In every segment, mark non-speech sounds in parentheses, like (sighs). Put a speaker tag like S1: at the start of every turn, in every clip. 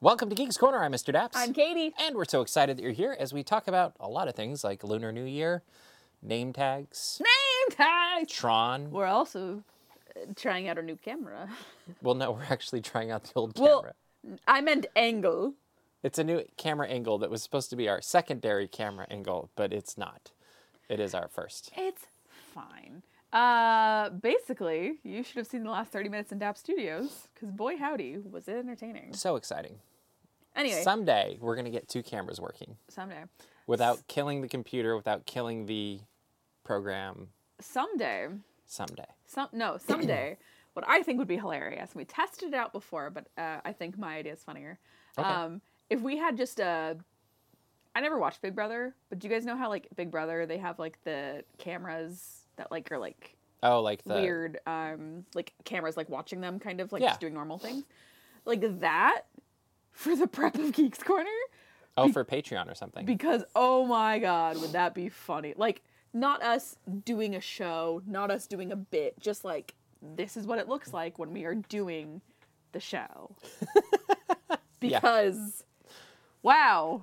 S1: Welcome to Geeks Corner. I'm Mr. Daps.
S2: I'm Katie.
S1: and we're so excited that you're here as we talk about a lot of things like Lunar New Year, name tags,
S2: Name tag.
S1: Tron.
S2: We're also uh, trying out our new (laughs) camera.
S1: Well, no, (laughs) we're actually trying out the old
S2: Well,
S1: camera.
S2: I meant angle.
S1: It's a new camera angle that was supposed to be our secondary camera angle, but it's not. It is our first.
S2: It's fine. Uh, basically, you should have seen the last 30 minutes in DAP Studios, because boy howdy, was it entertaining.
S1: So exciting.
S2: Anyway,
S1: Someday we're going to get two cameras working
S2: someday.
S1: without killing the computer, without killing the program.
S2: Someday.
S1: Someday.
S2: Some,
S1: (clears throat)
S2: no, someday. what I think would be hilarious, and we tested it out before, but uh, I think my idea is funnier.
S1: Okay.
S2: Um, if we had just a. I never watched Big Brother, but do you guys know how, like, Big Brother, they have, like, the cameras that, like, are, like,
S1: Oh, like the
S2: weird um like cameras like watching them kind of like
S1: Yeah.
S2: just doing normal things like that for the prep of geeks corner
S1: oh for Patreon or something.
S2: because oh my god would that be funny like not us doing a show not us doing a bit just like this is what it looks like when we are doing
S1: (laughs)
S2: the show because wow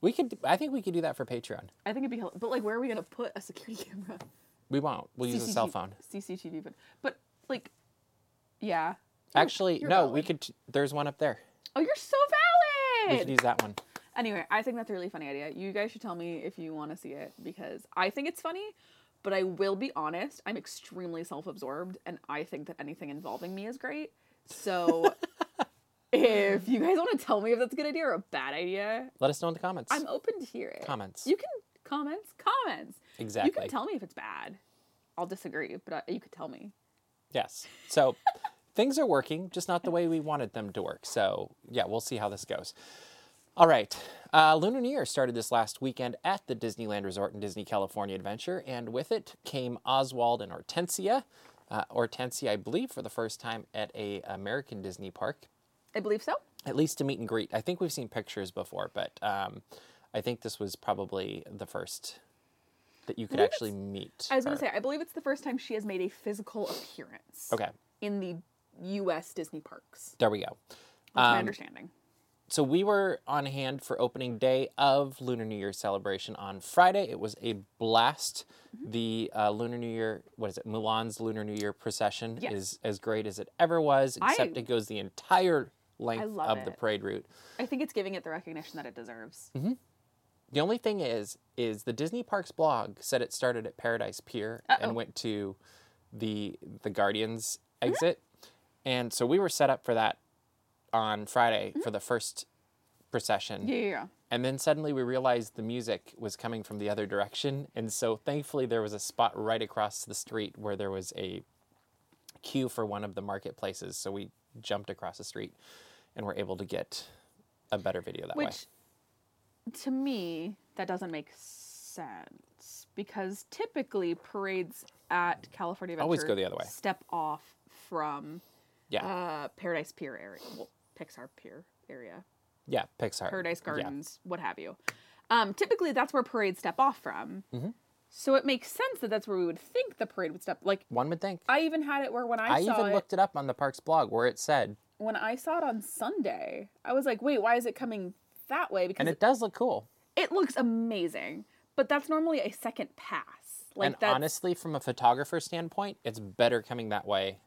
S1: we could. I think we could do that for Patreon.
S2: i think it'd be hel- but like where are we gonna put a security (laughs) camera
S1: We won't. We'll use a cell
S2: CCTV
S1: phone.
S2: cctv but, but like yeah
S1: Actually,
S2: you're
S1: no, we
S2: valid.
S1: could. t- There's one up there.
S2: Oh, you're so
S1: We
S2: valid.
S1: could use that one.
S2: anyway, I think that's a really funny idea. You guys should tell me if you want to see it because I think it's funny, but I will be honest, I'm extremely self-absorbed and I think that anything involving me is great.
S1: (laughs)
S2: So if you guys want to tell me if that's a good idea or a bad idea,
S1: Let us know in the comments.
S2: I'm open to hear it.
S1: Comments.
S2: You can comments, comments. You
S1: Exactly.
S2: can tell me if it's bad. I'll disagree, but I, you could tell me.
S1: yes. So things are working, just not the way we wanted them to work. So yeah, we'll see how this goes. All right. Uh, Lunar New Year started this last weekend at the Disneyland Resort in Disney California Adventure, and with it came Oswald and Hortensia. Uh, Hortensia, I believe, for the first time at a American Disney park.
S2: I believe so.
S1: at least to meet and greet. I think we've seen pictures before, but um, I think this was probably the first that you could actually meet.
S2: I was going
S1: her.
S2: to say I believe it's the first time she has made a physical appearance.
S1: Okay,
S2: in the U.S. Disney parks.
S1: there we go.
S2: That's
S1: Um,
S2: my understanding.
S1: So we were on hand for opening day of Lunar New Year celebration on Friday. It was a blast.
S2: Mm-hmm.
S1: The uh, Lunar New Year, what is it? Mulan's Lunar New Year procession
S2: Yes.
S1: is as great as it ever was, except it goes the entire length
S2: love
S1: of the
S2: it.
S1: parade route.
S2: I think it's giving it the recognition that it deserves.
S1: Mm-hmm. The only thing is, is the Disney Parks blog said it started at Paradise Pier and went to the the Guardians
S2: Mm-hmm.
S1: exit, and so we were set up for that on Friday for the first procession,
S2: Mm-hmm. Yeah, yeah, yeah.
S1: and then suddenly we realized the music was coming from the other direction, and so thankfully there was a spot right across the street where there was a queue for one of the marketplaces, so we jumped across the street and were able to get a better video that way.
S2: Which, to me, that doesn't make sense because typically parades at California Adventure
S1: Always go the other way.
S2: Step off from
S1: Yeah,
S2: uh, Paradise Pier area, well, Pixar Pier area,
S1: yeah, Pixar.
S2: Paradise
S1: Yeah.
S2: Gardens, what have you. Um, typically, that's where parades step off from.
S1: Mm-hmm.
S2: So it makes sense that that's where we would think the parade would step. Like
S1: One would think.
S2: I even had it where when I,
S1: I,
S2: saw
S1: even
S2: it,
S1: looked it up on the parks blog where it said,
S2: when I saw it on Sunday, I was like, wait, why is it coming that way? Because
S1: and
S2: it,
S1: it does look cool.
S2: looks amazing, but that's normally a second pass. Like
S1: and
S2: that's,
S1: honestly, from a photographer standpoint, it's better coming that way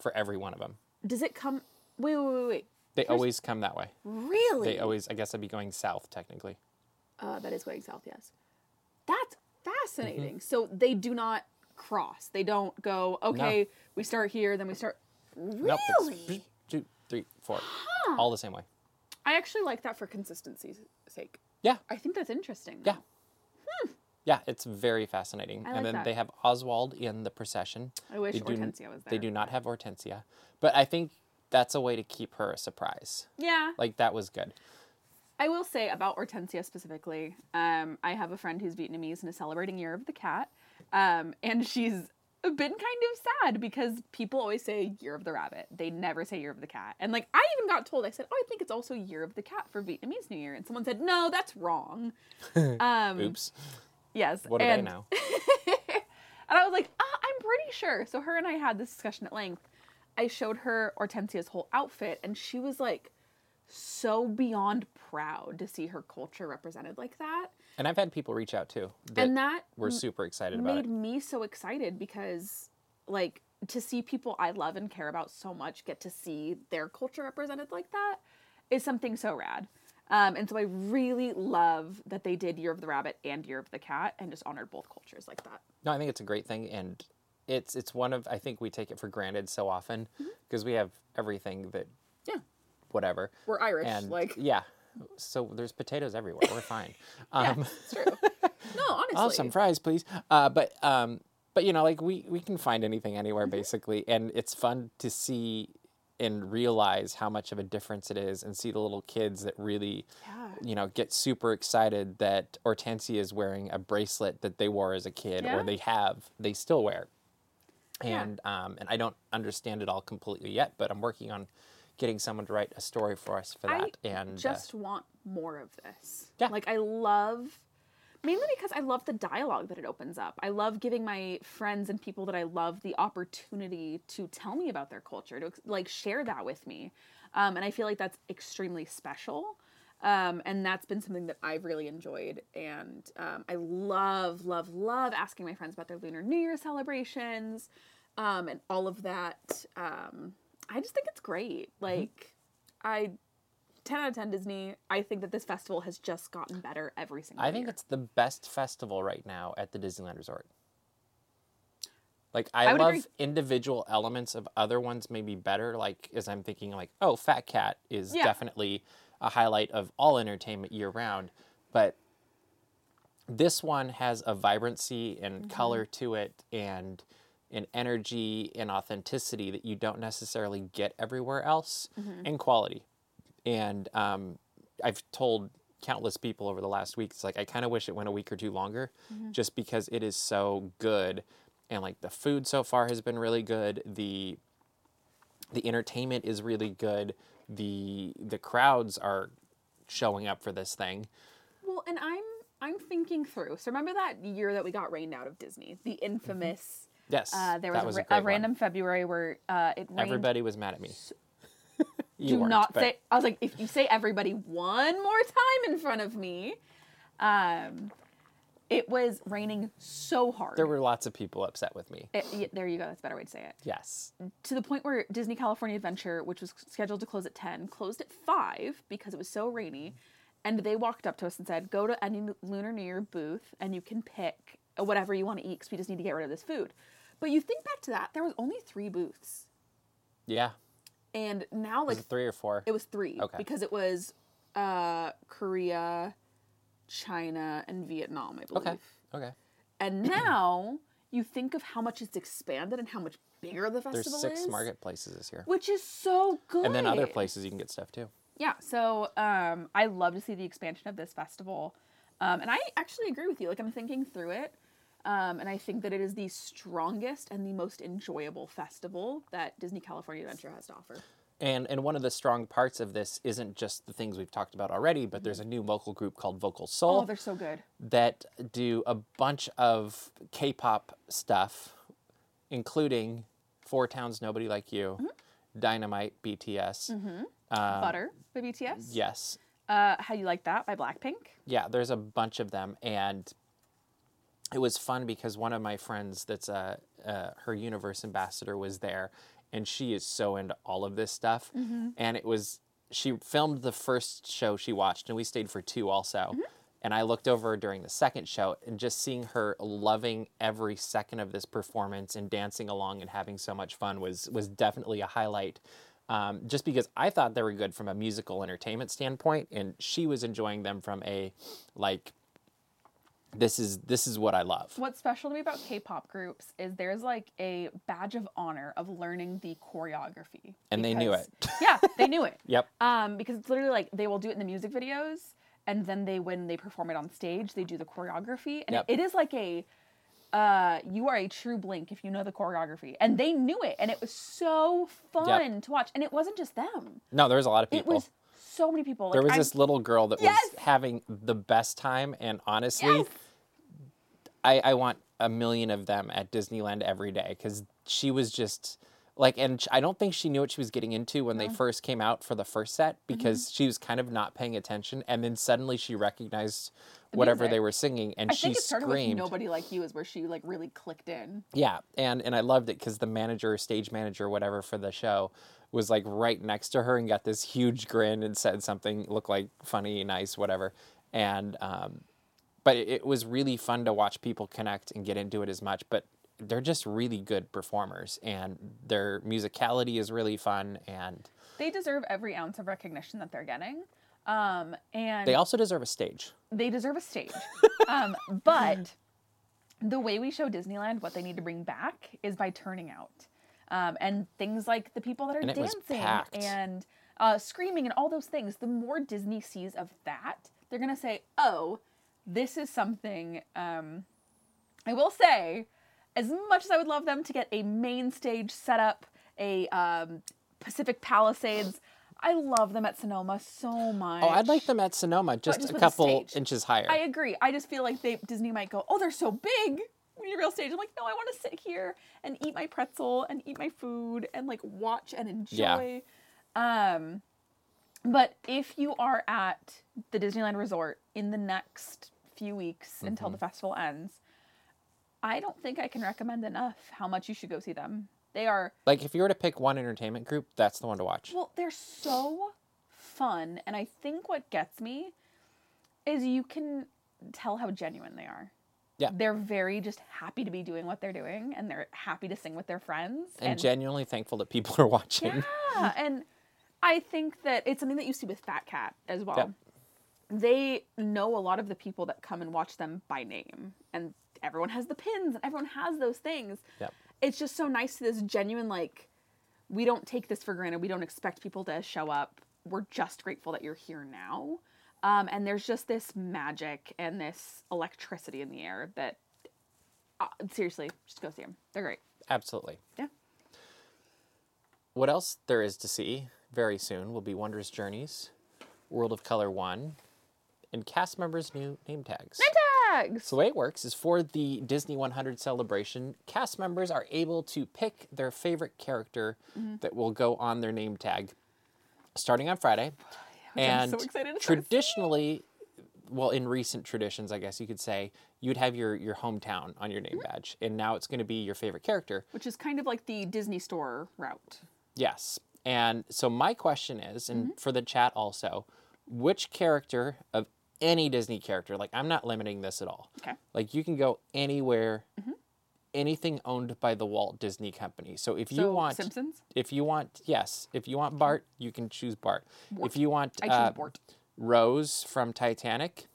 S1: for every one of them.
S2: does it come? Wait, wait, wait, wait.
S1: They always come that way.
S2: Really?
S1: They always, I guess I'd be going south technically.
S2: uh, that is going south. Yes, that's fascinating.
S1: Mm-hmm.
S2: So they do not cross. They don't go. Okay, we start here, then we start.
S1: Nope, it's
S2: Really?
S1: two, three, four. All the same way.
S2: I actually like that for consistency's sake.
S1: Yeah.
S2: I think that's interesting.
S1: Yeah. Yeah, it's very fascinating.
S2: Hmm. like
S1: and then
S2: that.
S1: they have Oswald in the procession.
S2: I wish
S1: They do-
S2: Hortensia was
S1: They
S2: there.
S1: do not have Hortensia. But I think that's a way to keep her a surprise.
S2: Yeah.
S1: Like, that was good.
S2: I will say about Hortensia specifically, um, I have a friend who's Vietnamese and is celebrating Year of the Cat. Um, and she's been kind of sad because people always say Year of the Rabbit. They never say Year of the Cat. And like, I even got told, I said, Oh, I think it's also Year of the Cat for Vietnamese New Year. And someone said, No, that's wrong. Um,
S1: Oops.
S2: Yes.
S1: What do
S2: and,
S1: they know?
S2: And I was like, ah, I'm pretty sure. So her and I had this discussion at length. I showed her Hortensia's whole outfit, and she was like, so beyond proud to see her culture represented like that.
S1: And I've had people reach out too
S2: (laughs)
S1: that,
S2: and that
S1: were super excited about
S2: made
S1: it.
S2: me so excited because like to see people I love and care about so much get to see their culture represented like that is something so rad. Um, and so I really love that they did Year of the Rabbit and Year of the Cat and just honored both cultures like that.
S1: No, I think it's a great thing, and it's it's one of I think we take it for granted so often
S2: Mm-hmm.
S1: because we have everything that
S2: Yeah.
S1: whatever.
S2: We're Irish,
S1: and
S2: like
S1: yeah, so there's potatoes everywhere. We're
S2: (laughs)
S1: fine. (laughs) Um,
S2: it's true.
S1: (laughs)
S2: No, honestly.
S1: I'll have some fries, please. Uh, but um, but you know, like we we can find anything
S2: Mm-hmm.
S1: anywhere basically, and it's fun to see and realize how much of a difference it is, and see the little kids that really,
S2: Yeah.
S1: you know, get super excited that Hortensia is wearing a bracelet that they wore as a kid,
S2: Yeah.
S1: or they have, they still wear.
S2: Yeah.
S1: And um, and I don't understand it all completely yet, but I'm working on getting someone to write a story for us for
S2: I
S1: that. and uh,
S2: just want more of this.
S1: Yeah.
S2: Like I love mainly because I love the dialogue that it opens up. I love giving my friends and people that I love the opportunity to tell me about their culture, to ex- like share that with me. Um, and I feel like that's extremely special. Um, and that's been something that I've really enjoyed. And um, I love, love, love asking my friends about their Lunar New Year celebrations um, and all of that. Um, I just think it's great.
S1: Mm-hmm.
S2: Like, I 10 out of 10 Disney. I think that this festival has just gotten better every single
S1: I think
S2: year.
S1: it's the best festival right now at the Disneyland Resort. Like I,
S2: I would
S1: love
S2: agree.
S1: individual elements of other ones maybe better. Like as I'm thinking, like oh, Fat Cat is
S2: Yeah.
S1: definitely a highlight of all entertainment year round, but this one has a vibrancy and
S2: Mm-hmm.
S1: color to it, and an energy and authenticity that you don't necessarily get everywhere else,
S2: Mm-hmm.
S1: and quality and um, I've told countless people over the last week, it's like I kind of wish it went a week or two longer,
S2: Mm-hmm.
S1: just because it is so good, and like the food so far has been really good. The the entertainment is really good. The the crowds are showing up for this thing.
S2: Well, and I'm I'm thinking through. So remember that year that we got rained out of Disney, the infamous.
S1: Yes,
S2: Uh, there
S1: Mm-hmm.
S2: was,
S1: that was
S2: a,
S1: a,
S2: ra-
S1: great
S2: a random February where uh, it rained.
S1: One. Everybody was mad at me. (laughs) you
S2: Do
S1: weren't,
S2: not
S1: but-
S2: say. I was like, if you say everybody one more time in front of me, um, it was raining so hard.
S1: There were lots of people upset with me.
S2: It- yeah, there you go. That's a better way to say it.
S1: Yes,
S2: to the point where Disney California Adventure, which was scheduled to close at 10, closed at 5 because it was so rainy. And they walked up to us and said, Go to any Lunar New Year booth and you can pick whatever you want to eat because we just need to get rid of this food. But you think back to that, there was only three booths.
S1: yeah,
S2: And now,
S1: was
S2: like,
S1: it three or four.
S2: it was three
S1: Okay.
S2: because it was uh, Korea, China, and Vietnam, I believe.
S1: okay, okay.
S2: And (clears throat) now you think of how much it's expanded and how much bigger the festival
S1: There's six
S2: is.
S1: marketplaces this year,
S2: Which is so good.
S1: and then other places you can get stuff too.
S2: Yeah, so um, I love to see the expansion of this festival. Um, and I actually agree with you. Like, I'm thinking through it. Um, and I think that it is the strongest and the most enjoyable festival that Disney California Adventure has to offer.
S1: And and one of the strong parts of this isn't just the things we've talked about already, but there's a new vocal group called Vocal Soul
S2: Oh, they're so good.
S1: that do a bunch of K-pop stuff, including Four Towns Nobody Like You, Dynamite, BTS. uh,
S2: Butter by BTS.
S1: Yes,
S2: Uh, How You Like That by Blackpink.
S1: yeah, there's a bunch of them, and it was fun because one of my friends, that's a, uh her universe ambassador, was there, and she is so into all of this stuff, and it was she filmed the first show she watched, and we stayed for two also. And I looked over during the second show and just seeing her loving every second of this performance and dancing along and having so much fun was was definitely a highlight um, just because I thought they were good from a musical entertainment standpoint, and she was enjoying them from a like this is this is what I love.
S2: What's special to me about K pop groups is there's like a badge of honor of learning the choreography.
S1: And they knew
S2: because-
S1: it.
S2: yeah, they knew it.
S1: Yep.
S2: Um, because it's literally like they will do it in the music videos, and then they when they perform it on stage, they do the choreography, and
S1: Yep.
S2: it is like a, uh, you are a true blink if you know the choreography, and they knew it, and it was so fun to watch, and it wasn't just them;
S1: No, there was a lot of
S2: it
S1: people.
S2: was so many people.
S1: there
S2: Like,
S1: was
S2: I'm-
S1: this little girl that
S2: Yes!
S1: was having the best time, and honestly,
S2: Yes!
S1: I, I want a million of them at Disneyland every day because she was just Like, and sh- I don't think she knew what she was getting into when they first came out for the first set
S2: Mm-hmm.
S1: because she was kind of not paying attention. And then suddenly she recognized whatever they
S2: music.
S1: were singing and
S2: I
S1: she
S2: think it started
S1: screamed.
S2: with "Nobody Like You" is where she like really clicked in.
S1: Yeah, and and I loved it because the manager, stage manager, whatever for the show, was like right next to her and got this huge grin and said something looked like funny, nice, whatever. And um, but it, it was really fun to watch people connect and get into it as much. But they're just really good performers, and their musicality is really fun, and
S2: They deserve every ounce of recognition that they're getting, um, and
S1: they also deserve a stage.
S2: they deserve
S1: (laughs)
S2: a stage. um, but the way we show Disneyland what they need to bring back is by turning out. Um, and things like the people that are
S1: And it was packed.
S2: dancing and uh, screaming and all those things, the more Disney sees of that, they're going to say, oh, this is something. Um, I will say, as much as I would love them to get a main stage setup, a um, Pacific Palisades, I love them at Sonoma so much.
S1: Oh, I'd like them at Sonoma, just, a
S2: just with a
S1: couple
S2: stage.
S1: inches higher.
S2: I agree. I just feel like they Disney might go, oh, they're so big. We need a real stage. I'm like, no, I want to sit here and eat my pretzel and eat my food and like watch and enjoy. Um, but if you are at the Disneyland Resort in the next few weeks until the festival ends, I don't think I can recommend enough how much you should go see them. They are
S1: like if you were to pick one entertainment group, that's the one to watch.
S2: well, they're so fun, and I think what gets me is you can tell how genuine they are.
S1: Yeah.
S2: They're very just happy to be doing what they're doing and they're happy to sing with their friends.
S1: and, genuinely thankful that people are (laughs) watching.
S2: yeah, and I think that it's something that you see with Fat Cat as well.
S1: Yep.
S2: They know a lot of the people that come and watch them by name, and everyone has the pins and everyone has those things.
S1: Yep.
S2: It's just so nice to this genuine like, we don't take this for granted. We don't expect people to show up. We're just grateful that you're here now. Um, and there's just this magic and this electricity in the air that, uh, seriously, just go see them. They're great.
S1: Absolutely.
S2: Yeah.
S1: What else there is to see very soon will be Wondrous Journeys, World of Color 1, and cast members' new name tags.
S2: Tags.
S1: So the way it works is for the Disney 100 celebration, cast members are able to pick their favorite character
S2: Mm-hmm.
S1: that will go on their name tag starting on
S2: (sighs)
S1: Friday.
S2: I'm
S1: and
S2: so excited to start seeing.
S1: traditionally, well, in recent traditions, I guess you could say, you'd have your, your hometown on your name
S2: Mm-hmm.
S1: badge. And now it's going to be your favorite character.
S2: which is kind of like the Disney store route.
S1: Yes. And so my question is, and
S2: Mm-hmm.
S1: for the chat also, which character of any Disney character, like I'm not limiting this at all.
S2: Okay. Mm-hmm.
S1: Like you can go anywhere, anything owned by the Walt Disney Company. So if you
S2: So,
S1: want
S2: Simpsons?
S1: if you want, yes, if you want Bart, you can choose Bart. If you want
S2: I choose
S1: uh,
S2: Bort.
S1: Rose from Titanic,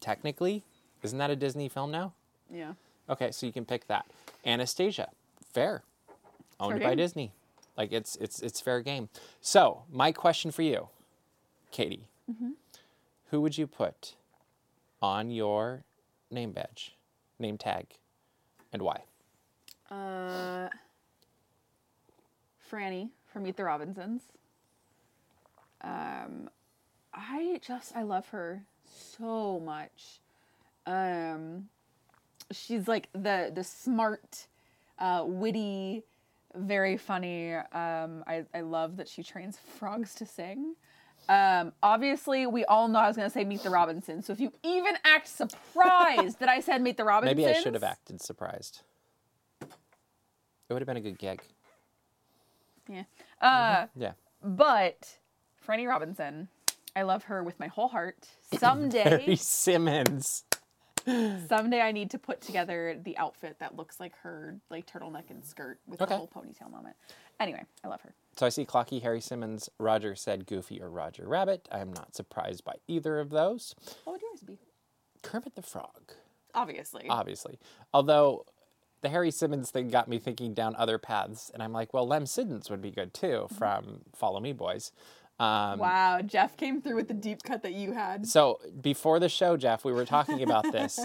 S1: technically, isn't that a Disney film now?
S2: Yeah.
S1: Okay, so you can pick that. Anastasia, fair, owned
S2: Fair
S1: by
S2: game.
S1: Disney. Like it's it's it's fair game. So my question for you, Katie,
S2: Mm-hmm.
S1: who would you put on your name badge, name tag, and why?
S2: Uh, Franny from Meet the Robinsons. Um, I just I love her so much. Um, she's like the the smart, uh, witty, very funny. Um, I I love that she trains (laughs) frogs to sing. Um, obviously, we all know I was gonna say Meet the Robinsons. So if you even act surprised that I said Meet the Robinsons,
S1: Maybe I should have acted surprised. It would have been a good gig.
S2: Yeah. Uh,
S1: Yeah.
S2: But Franny Robinson, I love her with my whole heart.
S1: Barry
S2: Someday,
S1: Simmons.
S2: someday I need to put together the outfit that looks like her, like turtleneck and skirt with
S1: Okay.
S2: the whole ponytail moment. Anyway, I love her.
S1: So I see Clocky Harry Simmons, Roger said Goofy or Roger Rabbit. I am not surprised by either of those.
S2: What would yours be?
S1: Kermit the Frog.
S2: Obviously.
S1: obviously. Although the Harry Simmons thing got me thinking down other paths, and I'm like, well, Lem Siddons would be good too
S2: Mm-hmm.
S1: from Follow Me Boys. Um,
S2: wow, Jeff came through with the deep cut that you had.
S1: So before the show, Jeff, we were talking about
S2: (laughs)
S1: this,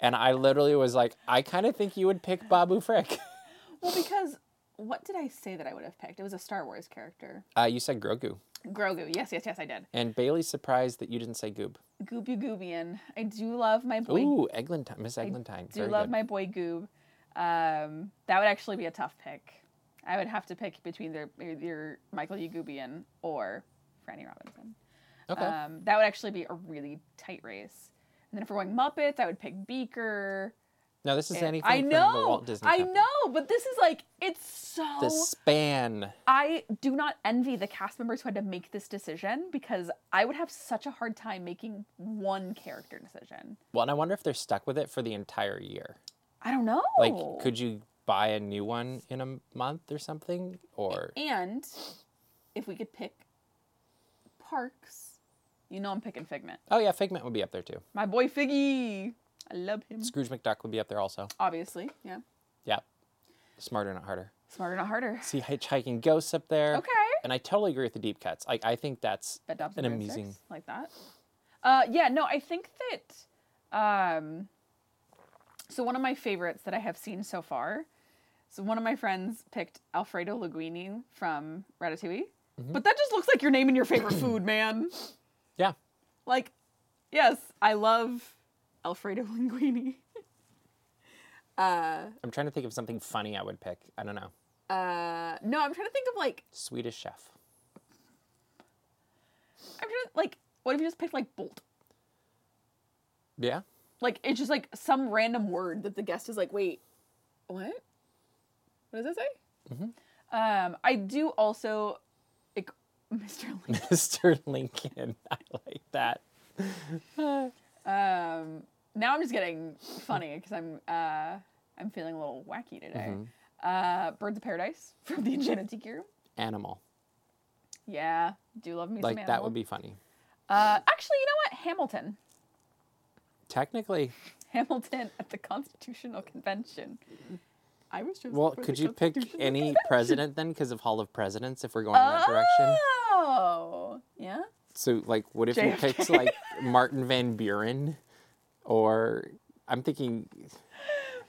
S1: and I literally was like, I kind of think you would pick Babu Frick. (laughs)
S2: Well, because what did I say that I would have picked? It was a Star Wars character.
S1: Uh, you said Grogu,
S2: Grogu. Yes, yes, yes, I did.
S1: and Bailey's surprised that you didn't say Goob.
S2: Gooby Goobian. I do love my boy
S1: Ooh, Eglantine, Miss Eglantine.
S2: do
S1: very
S2: love
S1: good.
S2: my boy Goob. Um, that would actually be a tough pick. I would have to pick between their your Michael Yagubian or Franny Robinson.
S1: Okay.
S2: Um, that would actually be a really tight race. And then if we're going Muppets, I would pick Beaker.
S1: no, this is
S2: And-
S1: anything
S2: I
S1: from
S2: know,
S1: the Walt Disney
S2: I
S1: Company.
S2: know, but this is like it's so.
S1: The span.
S2: I do not envy the cast members who had to make this decision because I would have such a hard time making one character decision.
S1: Well, and I wonder if they're stuck with it for the entire year.
S2: I don't know.
S1: Like, could you buy a new one in a m- month or something? Or
S2: and if we could pick parks, you know I'm picking Figment.
S1: oh yeah, Figment would be up there too.
S2: My boy Figgy, I love him.
S1: Scrooge McDuck would be up there also.
S2: Obviously, yeah.
S1: Yeah, smarter not harder.
S2: Smarter not harder.
S1: See hitchhiking ghosts up there.
S2: Okay.
S1: And I totally agree with the deep cuts. Like I think that's
S2: Bed Dobbs
S1: an
S2: and
S1: amazing.
S2: Broomsticks, like that. Uh, yeah, no, I think that. Um, so one of my favorites that I have seen so far. So one of my friends picked Alfredo Linguini from Ratatouille, but that just looks like your name and your favorite food, man.
S1: Yeah.
S2: Like, yes, I love Alfredo (laughs) Linguini. uh,
S1: I'm trying to think of something funny I would pick. I don't know.
S2: uh, no, I'm trying to think of like
S1: Swedish Chef.
S2: I'm trying to like what if you just picked like Bolt?
S1: Yeah. (laughs)
S2: Like it's just like some random word that the guest is like, wait, what? What does that say?
S1: Mm-hmm.
S2: Um, I do also, like, (laughs) Mr. Lincoln.
S1: Mr. Lincoln. I like that.
S2: Um, now I'm just getting funny because I'm uh, I'm feeling a little wacky today.
S1: Mm-hmm.
S2: Uh, Birds of Paradise (laughs) from the Enchanted Tiki Room.
S1: Animal.
S2: Yeah, do love me
S1: Like
S2: some animal.
S1: that would be funny.
S2: Uh, actually, you know what? Hamilton.
S1: Technically,
S2: Hamilton at the Constitutional Convention. I was just
S1: well, could you pick
S2: (laughs)
S1: any president then because of Hall of Presidents if we're going in that direction?
S2: Oh, yeah. (laughs)
S1: So, like, what if you picked
S2: JFK. (laughs)
S1: like Martin Van Buren, or I'm thinking,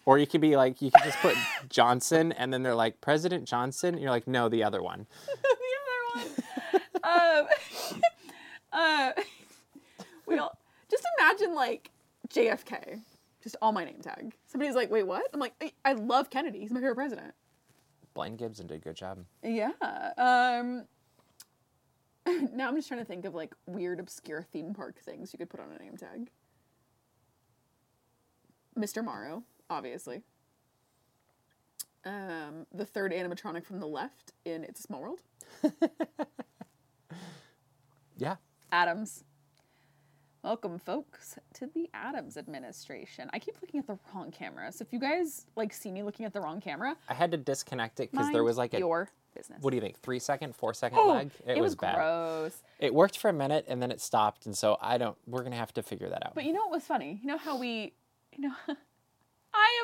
S1: or you could be like, you could just put Johnson, and then they're like President Johnson, and you're like, no, the other one.
S2: the other one. um, (laughs) uh, (laughs) we all just imagine like JFK, just all my name tag. Somebody's like, "Wait, what?" I'm like, "I, I love Kennedy. He's my favorite president."
S1: Blaine Gibson did a good job.
S2: Yeah. Um. (laughs) now I'm just trying to think of like weird, obscure theme park things you could put on a name tag. Mr. Morrow, obviously. Um, the third animatronic from the left in It's a Small World.
S1: Yeah,
S2: Adams. Welcome, folks, to the Adams administration. I keep looking at the wrong camera, so if you guys like see me looking at the wrong camera,
S1: I had to disconnect it because there
S2: mind
S1: was like a
S2: your business.
S1: what do you think, three second, four second
S2: Oh,
S1: lag? It, was, bad.
S2: gross.
S1: It worked for a minute and then it stopped, and so I don't. We're gonna have to figure that out.
S2: But you know what was funny? You know how we, you know, (laughs) I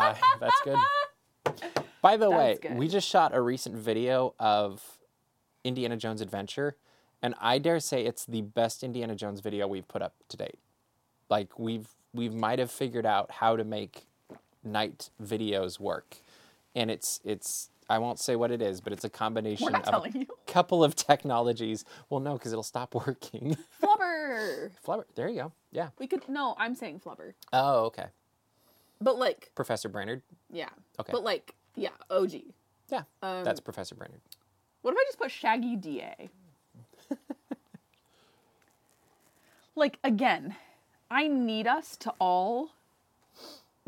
S1: (laughs)
S2: Mara.
S1: Uh, that's
S2: (laughs)
S1: good. By the way,
S2: was good.
S1: we just shot a recent video of Indiana Jones Adventure, and I dare say it's the best Indiana Jones video we've put up to date. Like we've we might have figured out how to make night videos work, and it's it's I won't say what it is, but it's a combination
S2: We're not
S1: of a
S2: telling you. (laughs)
S1: couple of (laughs) technologies. Well, no, because it'll stop (laughs) working.
S2: Flubber.
S1: Flubber, there you go. Yeah.
S2: We could no. I'm saying flubber,
S1: Oh, okay.
S2: but like
S1: Professor Brainerd.
S2: yeah.
S1: Okay.
S2: But like yeah. OG.
S1: Yeah, that's
S2: Um,
S1: Professor Brainerd.
S2: What if I just put Shaggy DA? (laughs) like, again, I need us to all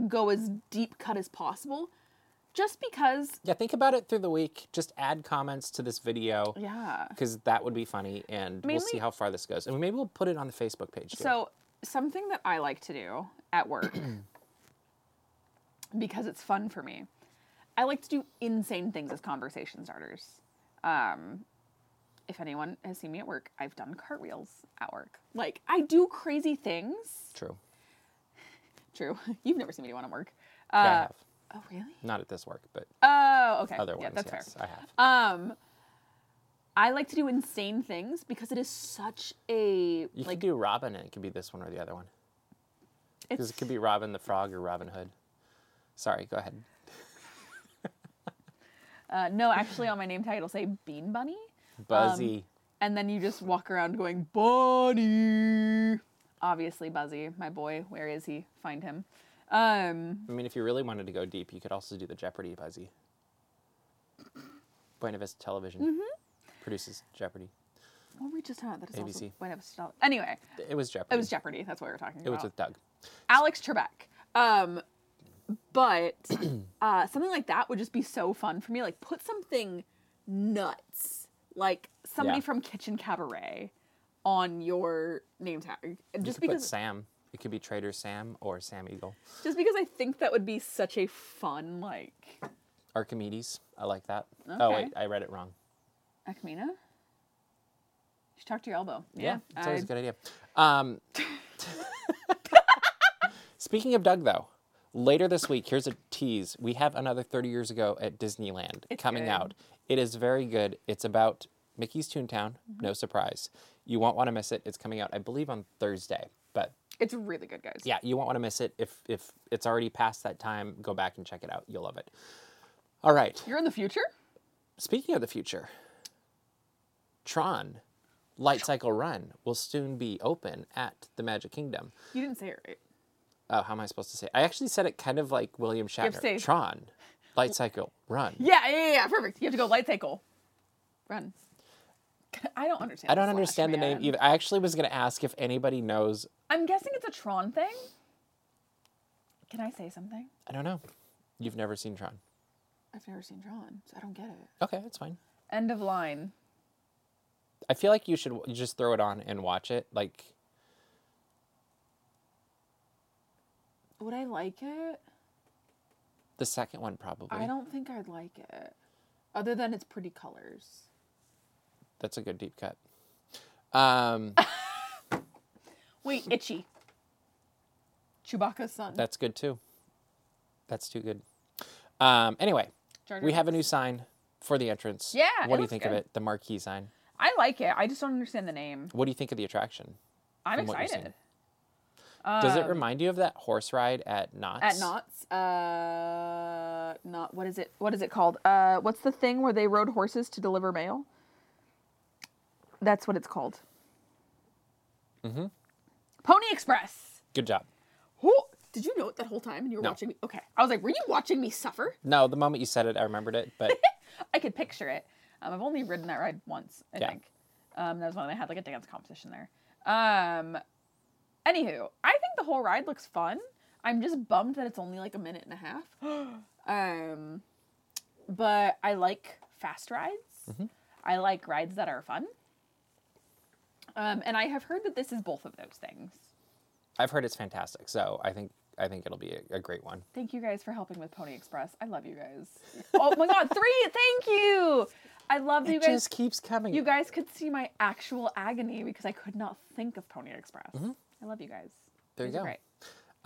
S2: go as deep cut as possible just because.
S1: Yeah, think about it through the week. Just add comments to this video
S2: Yeah.
S1: because that would be funny, and we'll
S2: Mainly-
S1: see how far this goes. And maybe we'll put it on the Facebook page. Too.
S2: So, something that I like to do at work (clears throat) because it's fun for me, I like to do insane things as conversation starters. Um, if anyone has seen me at work, I've done cartwheels at work. Like, I do crazy things.
S1: true.
S2: True. (laughs) You've never seen me do one at work.
S1: Yeah, I
S2: Uh,
S1: have.
S2: oh, really?
S1: Not at this work, but
S2: Oh, okay.
S1: other
S2: yeah,
S1: ones.
S2: that's
S1: yes, I
S2: fair.
S1: have.
S2: Um, I like to do insane things because it is such a
S1: You could
S2: like
S1: do Robin, and it could be this one or the other one. Because
S2: it's
S1: it could be Robin the Frog or Robin Hood. Sorry, go ahead.
S2: uh, no actually on my name tag it'll say Bean Bunny,
S1: Buzzy.
S2: and then you just walk around going Bunny. Obviously Buzzy, my boy. Where is he? Find him. Um,
S1: I mean, if you really wanted to go deep, you could also do the Jeopardy Buzzy. Buena Vista Television
S2: Mm-hmm.
S1: produces Jeopardy.
S2: Well, we just found out that it's also
S1: ABC.
S2: Buena Vista. Tele- Anyway,
S1: It was Jeopardy.
S2: it was Jeopardy. That's what we were talking
S1: It
S2: about.
S1: was with Doug.
S2: Alex Trebek. Um, but (clears throat) uh, something like that would just be so fun for me. Like put something nuts, like somebody
S1: Yeah.
S2: from Kitchen Cabaret, on your name tag, And
S1: You
S2: just
S1: could put
S2: because
S1: Sam. It could be Trader Sam or Sam Eagle.
S2: just because I think that would be such a fun like
S1: Archimedes. I like that. Oh
S2: Okay.
S1: wait, I read it wrong.
S2: Akmina. You should talk to your elbow.
S1: Yeah,
S2: Yeah,
S1: it's always
S2: I-
S1: a good idea.
S2: (laughs)
S1: Um, speaking of Doug, though, later this week, here's a tease. We have another 30 years ago at Disneyland
S2: It's
S1: coming
S2: good.
S1: out. It is very good. It's about Mickey's Toontown.
S2: Mm-hmm.
S1: No surprise. You won't want to miss it. It's coming out, I believe, on Thursday. But
S2: it's really good, guys.
S1: yeah, you won't want to miss it. If if it's already past that time, go back and check it out. You'll love it. All right.
S2: You're in the future.
S1: Speaking of the future, Tron Light Cycle Run will soon be open at the Magic Kingdom.
S2: You didn't say it right.
S1: Oh, how am I supposed to say? I actually said it kind of like William
S2: have to say-
S1: Shatner. Tron Light Cycle Run.
S2: Yeah, yeah, yeah, yeah. Perfect. You have to go light cycle. Run. I don't understand.
S1: I don't
S2: Flash
S1: understand the name
S2: Man.
S1: either. I actually was going to ask if anybody knows.
S2: I'm guessing it's a Tron thing. Can I say something?
S1: I don't know. You've never seen Tron.
S2: I've never seen Tron, so I don't get it.
S1: Okay, that's fine.
S2: End of line.
S1: I feel like you should w- just throw it on and watch it. Like,
S2: Would I like it?
S1: the second one, probably.
S2: I don't think I'd like it. Other than its pretty colors.
S1: That's a good deep cut.
S2: (laughs)
S1: Um,
S2: Wait, itchy. Chewbacca's son.
S1: that's good too. That's too good. Um, anyway,
S2: Jar Jar
S1: we have a new sign for the entrance.
S2: Yeah,
S1: What
S2: it
S1: do you
S2: looks
S1: think of
S2: good.
S1: it? The marquee sign.
S2: I like it. I just don't understand the name.
S1: What do you think of the attraction?
S2: I'm
S1: From what you're
S2: excited.
S1: Does it remind you of that horse ride at Knott's?
S2: Um, At Knott's, uh, not what is it? What is it called? Uh, what's the thing where they rode horses to deliver mail? That's what it's called. Mm-hmm.
S1: Mm-hmm.
S2: Pony Express.
S1: Good job.
S2: Who did you know it that whole time? And you were watching me. Okay, I was like, were you watching me suffer?
S1: No, the moment you said it, I remembered it.
S2: (laughs)
S1: But
S2: I could picture it. Um, I've only ridden that ride once, I
S1: Yeah.
S2: think. Um, that was when I had like a dance competition there. Um, anywho, I think the whole ride looks fun. I'm just bummed that it's only like a minute and a half. um, but I like fast rides. I like rides that are fun. Um, and I have heard that this is both of those things.
S1: I've heard it's fantastic, so I think I think it'll be a, a great one.
S2: Thank you guys for helping with Pony Express. I love you guys. oh my god, three! Thank you. I love that you
S1: It
S2: guys.
S1: just keeps coming.
S2: You guys could see my actual agony because I could not think of Pony Express. I love you guys.
S1: Mm-hmm. There you
S2: These are
S1: go.
S2: great.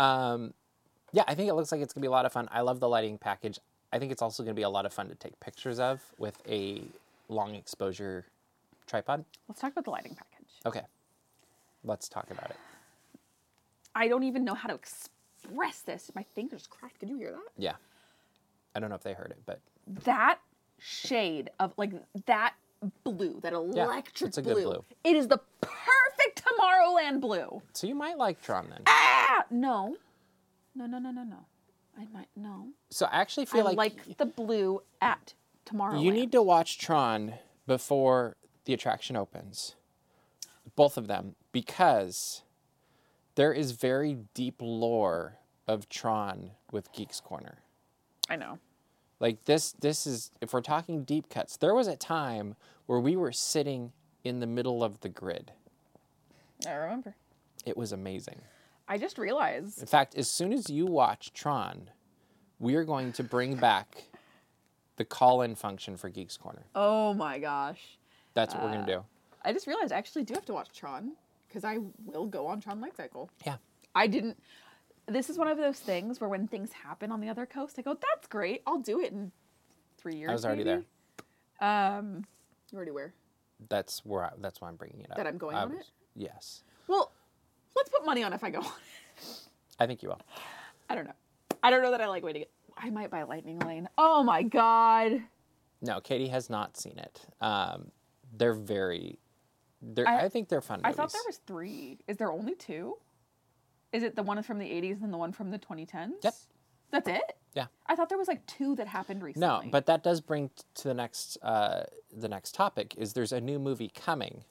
S1: Um, yeah, I think it looks like it's gonna be a lot of fun. I love the lighting package. I think it's also gonna be a lot of fun to take pictures of with a long exposure tripod.
S2: Let's talk about the lighting package.
S1: Okay, let's talk about it.
S2: I don't even know how to express this. My fingers cracked. Could you hear that?
S1: Yeah, I don't know if they heard it, but
S2: That shade of like that blue, that electric
S1: it's a
S2: blue.
S1: good blue.
S2: It is the perfect Tomorrowland blue.
S1: so you might like Tron then.
S2: Ah, no. No, no, no, no, no. I might no.
S1: So I actually
S2: I
S1: feel
S2: like, the blue at Tomorrowland.
S1: You need to watch Tron before the attraction opens. Both of them, because there is very deep lore of Tron with Geeks Corner.
S2: I know.
S1: Like this this is if we're talking deep cuts, there was a time where we were sitting in the middle of the grid.
S2: I remember.
S1: It was amazing.
S2: I just realized
S1: In fact, as soon as you watch Tron, we are going to bring back the call-in function for Geeks Corner.
S2: Oh my gosh.
S1: That's what we're going to
S2: Uh,
S1: do.
S2: I just realized I actually do have to watch Tron because I will go on Tron Light Cycle.
S1: Yeah.
S2: I didn't. This is one of those things where when things happen on the other coast, I go, that's great. I'll do it in three years.
S1: I was already
S2: maybe."
S1: there.
S2: Um, you already where?
S1: That's where I, that's why I'm bringing it up.
S2: That I'm going
S1: I
S2: on it?
S1: Yes,
S2: Well, let's put money on if I go (laughs) on.
S1: I think you will.
S2: I don't know. I don't know that I like waiting. I might buy Lightning Lane. Oh my God.
S1: No, Katie has not seen it. Um, they're very, they're. I, think they're fun.
S2: I
S1: movies.
S2: thought there was three. Is there only two? Is it the one from the 80s and the one from the 2010s?
S1: Yep.
S2: That's it?
S1: Yeah.
S2: I thought there was like two that happened
S1: No,
S2: recently.
S1: but that does bring t- to the next uh, the next topic is there's a new movie coming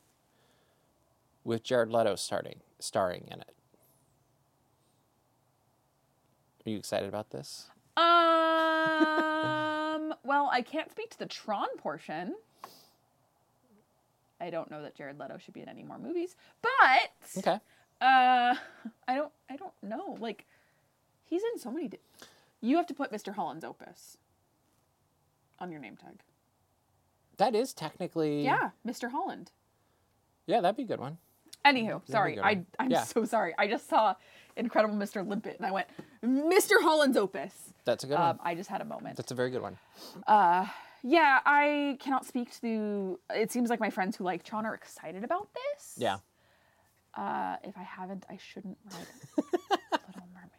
S1: with Jared Leto starting starring in it. Are you excited about this?
S2: Um. (laughs) well, I can't speak to the Tron portion. I don't know that Jared Leto should be in any more movies, but
S1: Okay.
S2: uh, I don't. I don't know. Like, he's in so many. Di- you have to put Mr. Holland's Opus on your name tag.
S1: That is technically
S2: Yeah, Mr. Holland.
S1: Yeah, that'd be a good one.
S2: Anywho, sorry.
S1: go.
S2: I I'm
S1: Yeah.
S2: so sorry. I just saw Incredible Mr. Limpet and I went Mr. Holland's Opus.
S1: That's a good
S2: Um,
S1: one.
S2: I just had a moment.
S1: That's a very good one.
S2: Yeah, I cannot speak to. It seems like my friends who like Tron are excited about this.
S1: Yeah.
S2: Uh, if I haven't, I shouldn't ride
S1: (laughs)
S2: Little Mermaid.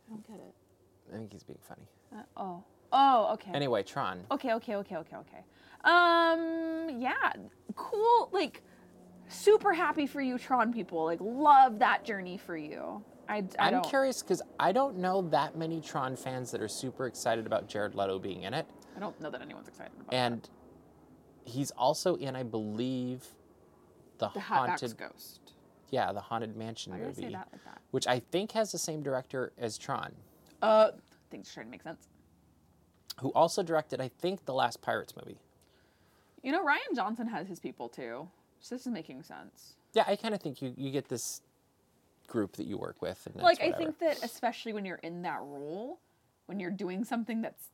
S2: I don't get it.
S1: I think he's being funny.
S2: Uh, oh. Oh. Okay.
S1: Anyway, Tron.
S2: okay. Okay. Okay. Okay. Okay. Um. Yeah. Cool. Like, super happy for you, Tron people. Like, love that journey for you. I. I
S1: I'm
S2: don't.
S1: curious because I don't know that many Tron fans that are super excited about Jared Leto being in it.
S2: I don't know that anyone's excited about. it.
S1: And he's also in, I believe, the,
S2: the Hatbox
S1: haunted
S2: Ghost.
S1: yeah, the haunted mansion
S2: Why did I
S1: movie,
S2: say that like that?
S1: which I think has the same director as Tron,
S2: Uh, things trying to make sense.
S1: who also directed, I think, the last Pirates movie.
S2: You know, Ryan Johnson has his people too. So this is making sense.
S1: Yeah, I kind of think you, you get this group that you work with, and that's
S2: like, I
S1: whatever.
S2: think that especially when you're in that role, when you're doing something that's,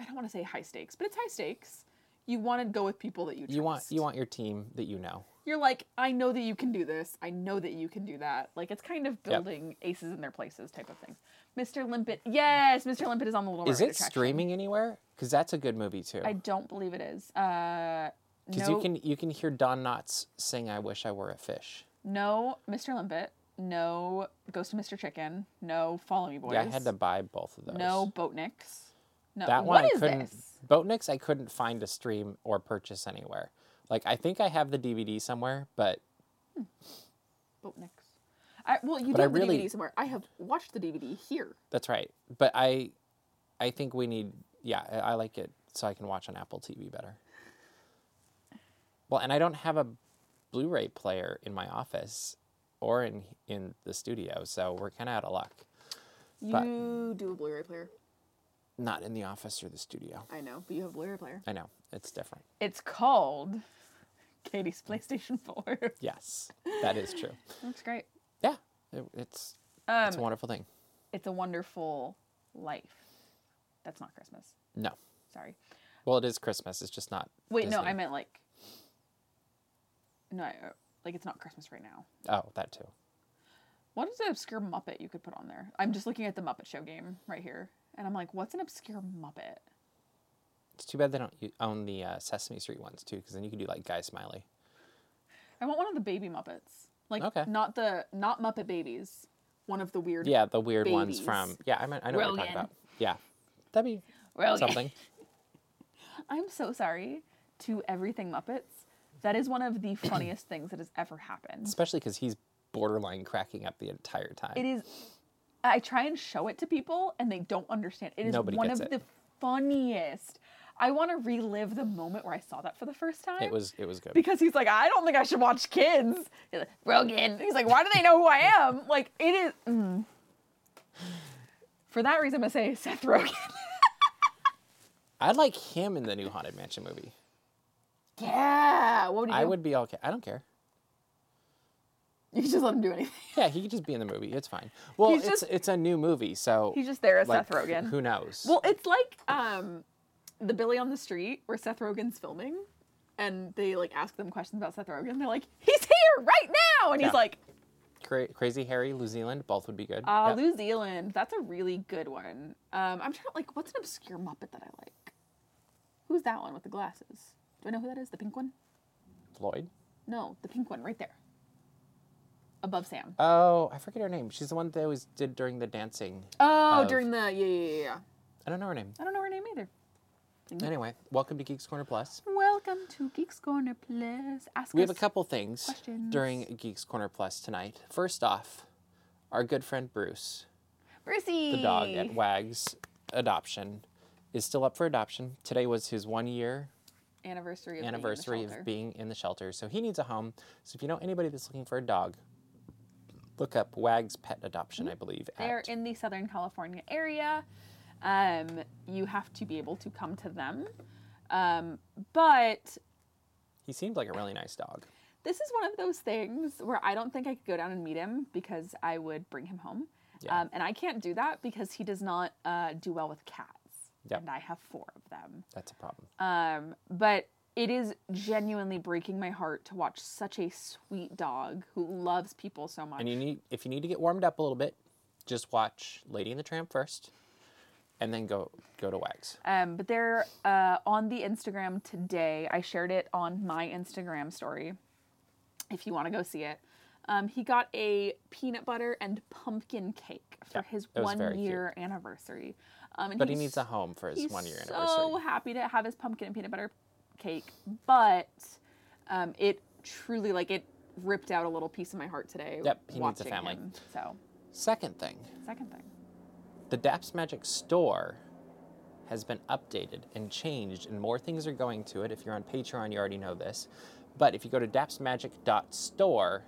S2: I don't want to say high stakes, but it's high stakes. You want to go with people that you trust.
S1: you want you want your team that you know.
S2: You're like, I know that you can do this. I know that you can do that. Like, it's kind of building aces in their places type of thing. Mr. Limpet, yes, Mr. Limpet is on the little.
S1: Is
S2: Mermaid
S1: it
S2: attraction.
S1: streaming anywhere? Because that's a good movie too.
S2: I don't believe it is. Uh, no,
S1: Because you can you can hear Don Knotts sing "I Wish I Were a Fish."
S2: no, Mr. Limpet, no, Ghost of Mr. Chicken, no, Follow Me Boys.
S1: Yeah, I had to buy both of those.
S2: No Boatniks. No.
S1: that one
S2: what
S1: I
S2: is
S1: couldn't.
S2: this?
S1: Boatniks I couldn't find to stream or purchase anywhere. Like I think I have the DVD somewhere, but
S2: Boatniks. I, well, you
S1: But I
S2: do have
S1: really-
S2: the DVD somewhere. I have watched the DVD here.
S1: That's right. But I, I think we need. Yeah, I, I like it so I can watch on Apple TV better. Well, and I don't have a Blu-ray player in my office or in in the studio, so we're kind of out of luck. But-
S2: You do a Blu-ray player.
S1: Not in the office or the studio.
S2: I know, but you have a Blu-ray player.
S1: I know it's different.
S2: It's called Katie's PlayStation (laughs) 4.
S1: Yes, that is
S2: (laughs)
S1: true.
S2: That's great.
S1: Yeah, it, it's it's
S2: Um,
S1: a wonderful thing.
S2: It's a wonderful life. That's not Christmas.
S1: No,
S2: Sorry.
S1: well, it is Christmas. It's just not.
S2: Wait, no,
S1: Disney.
S2: I meant like No, I- uh, like it's not Christmas right now.
S1: Oh, that too.
S2: What is an obscure Muppet you could put on there? I'm just looking at the Muppet Show game right here, and I'm like, what's an obscure Muppet?
S1: It's too bad they don't u- own the uh, Sesame Street ones too, because then you could do like Guy Smiley.
S2: I want one of the baby Muppets, like
S1: Okay.
S2: not the not Muppet babies, one of the weird.
S1: Yeah, the weird ones
S2: babies.
S1: from. Yeah, I, mean, I know what you're
S2: Rogan.
S1: talking about. Yeah, that'd be
S2: Rogan.
S1: something.
S2: (laughs) I'm so sorry to everything Muppets. That is one of the funniest things that has ever happened.
S1: Especially because he's borderline cracking up the entire time.
S2: It is. I try and show it to people, and they don't understand. It is
S1: Nobody
S2: one
S1: gets
S2: of
S1: it.
S2: the funniest. I want to relive the moment where I saw that for the first time.
S1: It was it was good.
S2: because he's like, I don't think I should watch kids. He's like, Rogan. He's like, why do they know who I am? Like, it is. mm. For that reason, I'm gonna say Seth Rogen.
S1: I like him in the new Haunted Mansion movie.
S2: yeah. What would you do?
S1: I would be okay. I don't care.
S2: (laughs) You just let him do anything.
S1: Yeah, he could just be in the movie. It's fine. Well,
S2: He's
S1: it's
S2: just-
S1: it's a new movie, so
S2: He's just there as
S1: like,
S2: Seth Rogen.
S1: Who knows?
S2: Well, it's like um, the Billy on the Street where Seth Rogen's filming, and they like ask them questions about Seth Rogen. They're like, he's here right now, and
S1: Yeah.
S2: he's like,
S1: Cra- Crazy Harry, New Zealand, both would be good.
S2: Ah,
S1: Yep.
S2: New Zealand. That's a really good one. Um, I'm trying to like, what's an obscure Muppet that I like? Who's that one with the glasses? Do I know who that is? The pink one?
S1: Floyd.
S2: No, the pink one right there. Above Sam.
S1: Oh, I forget her name. She's the one they always did during the dancing.
S2: Oh,
S1: of-
S2: during the yeah, yeah, yeah, yeah.
S1: I don't know her name.
S2: I don't know her name either. Mm-hmm.
S1: Anyway, welcome to Geeks Corner Plus.
S2: Welcome to Geeks Corner Plus. Ask
S1: We have a
S2: us-
S1: couple things
S2: questions.
S1: during Geeks Corner Plus tonight. First off, our good friend Bruce
S2: Rissy.
S1: the dog at Wags adoption is still up for adoption. Today was his one year
S2: anniversary of
S1: anniversary of
S2: being in the shelter.
S1: being in the shelter. So he needs a home. So if you know anybody that's looking for a dog, look up Wags Pet Adoption, I believe.
S2: They're
S1: at-
S2: in the Southern California area. Um, you have to be able to come to them. Um, but
S1: he seems like a really nice dog.
S2: this is one of those things where I don't think I could go down and meet him because I would bring him home.
S1: Yeah.
S2: Um, and I can't do that because he does not uh, do well with cats.
S1: Yep.
S2: And I have four of them.
S1: That's a problem.
S2: Um, but it is genuinely breaking my heart to watch such a sweet dog who loves people so much.
S1: And you need if you need to get warmed up a little bit, just watch Lady and the Tramp first, and then go go to Wags.
S2: Um, but they're uh, on the Instagram today. I shared it on my Instagram story if you want to go see it. Um, he got a peanut butter and pumpkin cake for
S1: Yeah,
S2: his
S1: it was
S2: one
S1: very cute.
S2: year anniversary. Um, and
S1: But he
S2: he's
S1: needs a home for his
S2: He's
S1: one year
S2: so
S1: anniversary.
S2: happy to have his pumpkin and peanut butter cake, but um, it truly like it ripped out a little piece of my heart today.
S1: Yep, he needs a
S2: watching
S1: family.
S2: him. So
S1: Second thing,
S2: second thing,
S1: the Daps Magic store has been updated and changed, and more things are going to it. If you're on Patreon, you already know this. But if you go to dapsmagic.store,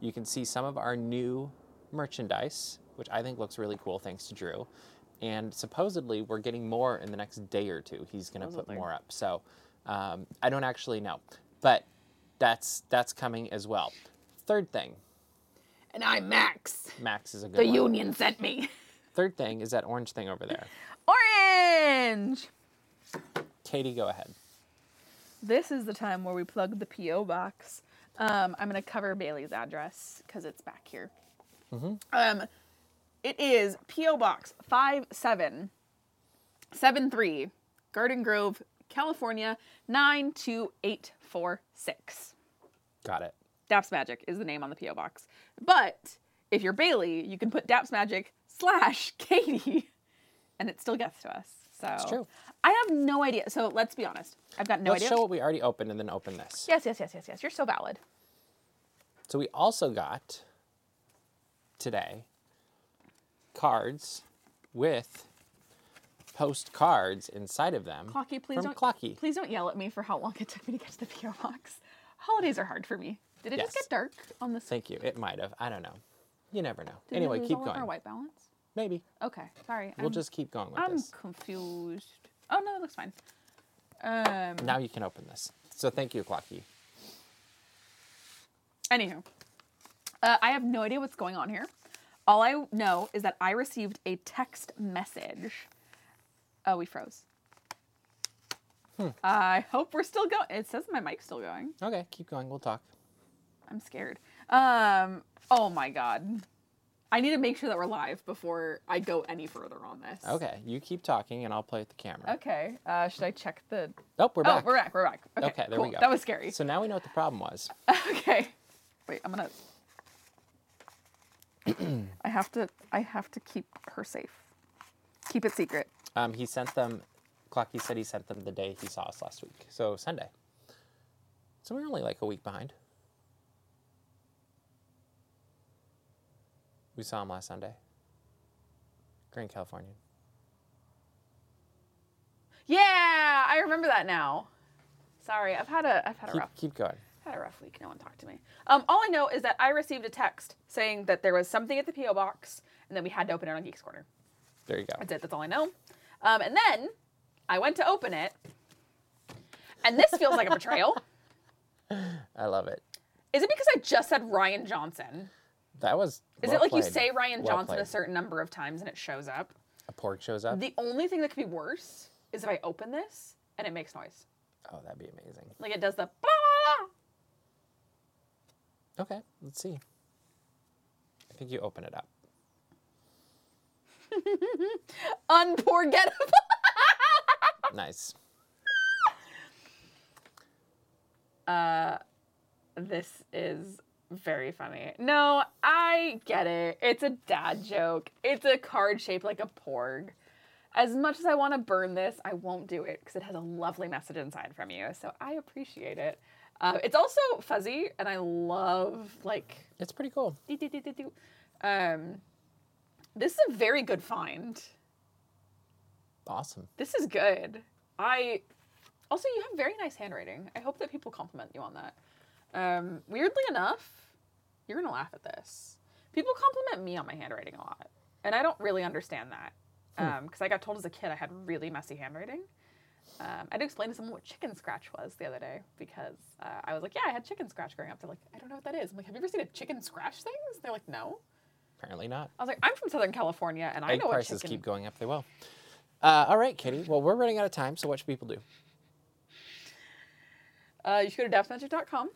S1: you can see some of our new merchandise, which I think looks really cool, thanks to Drew. And supposedly, we're getting more in the next day or two. He's going to put
S2: Supposedly.
S1: more up. So um, I don't actually know, but that's that's coming as well. Third thing,
S2: and I'm Max.
S1: Max is a good
S2: The
S1: one.
S2: union sent me
S1: Third thing is that orange thing over there.
S2: orange.
S1: Katie, go ahead.
S2: This is the time where we plug the PO box. Um, I'm gonna cover Bailey's address because it's back here.
S1: Mm-hmm.
S2: Um, it is PO Box five seven seven three, Garden Grove, California nine two eight four six.
S1: Got it.
S2: Daps Magic is the name on the PO box. But if you're Bailey, you can put Daps Magic slash (laughs) Katie, and it still gets to us. So
S1: It's true.
S2: I have no idea. So let's be honest. I've got no
S1: Let's
S2: idea.
S1: show what we already opened and then open this.
S2: Yes, yes, yes, yes, yes. You're so valid.
S1: So we also got today cards with postcards inside of them.
S2: Clocky, please
S1: from
S2: don't.
S1: Clocky.
S2: Please don't yell at me for how long it took me to get to the PO box. Holidays are hard for me. Did it just
S1: Yes.
S2: get dark on this?
S1: Thank you. It might have. I don't know. You never know.
S2: Did we
S1: anyway,
S2: lose
S1: keep
S2: all of
S1: going.
S2: Our white balance.
S1: Maybe
S2: Okay, sorry.
S1: we'll
S2: I'm,
S1: just keep going with
S2: I'm
S1: this.
S2: confused. Oh no, that looks fine. Um.
S1: Now you can open this. So thank you, Clocky.
S2: Anywho, uh, I have no idea what's going on here. All I know is that I received a text message. Oh, we froze.
S1: Hmm.
S2: I hope we're still going. It says my mic's still going.
S1: Okay, keep going. We'll talk.
S2: I'm scared. Um. Oh my god. I need to make sure that we're live before I go any further on this.
S1: Okay, you keep talking and I'll play with the camera.
S2: Okay. Uh, should I check the?
S1: Oh, we're
S2: oh,
S1: back.
S2: we're back. We're back. Okay.
S1: Okay, there we
S2: cool.
S1: go.
S2: That was scary.
S1: So now we know what the problem was.
S2: (laughs) Okay. Wait,
S1: (clears throat)
S2: I'm gonna. I have to. I have to keep her safe. Keep it secret.
S1: Um, he sent them. Clocky said he sent them the day he saw us last week, so Sunday. So we're only like a week behind. We saw him last Sunday. Green Californian.
S2: Yeah, I remember that now. Sorry, I've had a. I've had a
S1: Keep,
S2: rough.
S1: keep going.
S2: Had a rough week. No one talked to me. Um, all I know is that I received a text saying that there was something at the PO box, and then we had to open it on Geeks Corner.
S1: There you go.
S2: That's it. That's all I know. Um, and then I went to open it, and this feels like a betrayal.
S1: I love it.
S2: Is it because I just said Ryan Johnson?
S1: That was.
S2: Is
S1: well
S2: it like you
S1: played.
S2: say Ryan
S1: Well
S2: Johnson a
S1: played.
S2: certain number of times and it shows up?
S1: A pork shows up.
S2: The only thing that could be worse is if I open this and it makes noise.
S1: Oh, that'd be amazing.
S2: Like it does the blah.
S1: Okay, let's see. I think you open it up.
S2: Unforgettable.
S1: Nice.
S2: This is very funny. No, I get it. It's a dad joke. It's a card shaped like a porg. As much as I want to burn this, I won't do it because it has a lovely message inside from you. So I appreciate it. Uh, it's also fuzzy, and I love like
S1: It's pretty cool.
S2: do, do, do, do, do. Um, This is a very good find.
S1: Awesome.
S2: This is good. I also you have very nice handwriting. I hope that people compliment you on that. Um, weirdly enough, you're gonna laugh at this. People compliment me on my handwriting a lot, and I don't really understand that
S1: Hmm.
S2: because I got told as a kid I had really messy handwriting. Um, I had to explain to someone what chicken scratch was the other day because uh, I was like, "Yeah, I had chicken scratch growing up." They're like, "I don't know what that is." I'm like, "Have you ever seen a chicken scratch things?" They're like, "No."
S1: Apparently not.
S2: I was like, "I'm from Southern California, and I
S1: Egg
S2: know what
S1: prices
S2: chicken."
S1: keep going up. They will. Uh, all right, Kitty. Well, we're running out of time, so what should people do?
S2: Uh, you should go to daftmagic.com.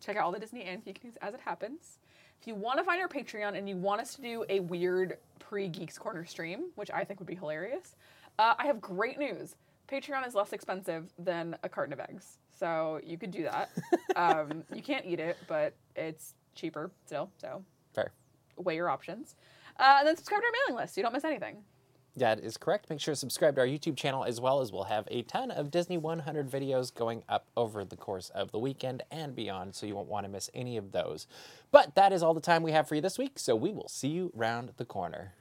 S2: Check out all the Disney and geek news as it happens. If you want to find our Patreon and you want us to do a weird pre Geeks Corner stream, which I think would be hilarious, uh, I have great news. Patreon is less expensive than a carton of eggs. So you could do that. um, you can't eat it, but it's cheaper still. So
S1: Fair.
S2: weigh your options. Uh, and then subscribe to our mailing list. so You don't miss anything.
S1: That is correct. Make sure to subscribe to our YouTube channel as well as we'll have a ton of Disney 100 videos going up over the course of the weekend and beyond, so you won't want to miss any of those. But that is all the time we have for you this week, so we will see you round the corner.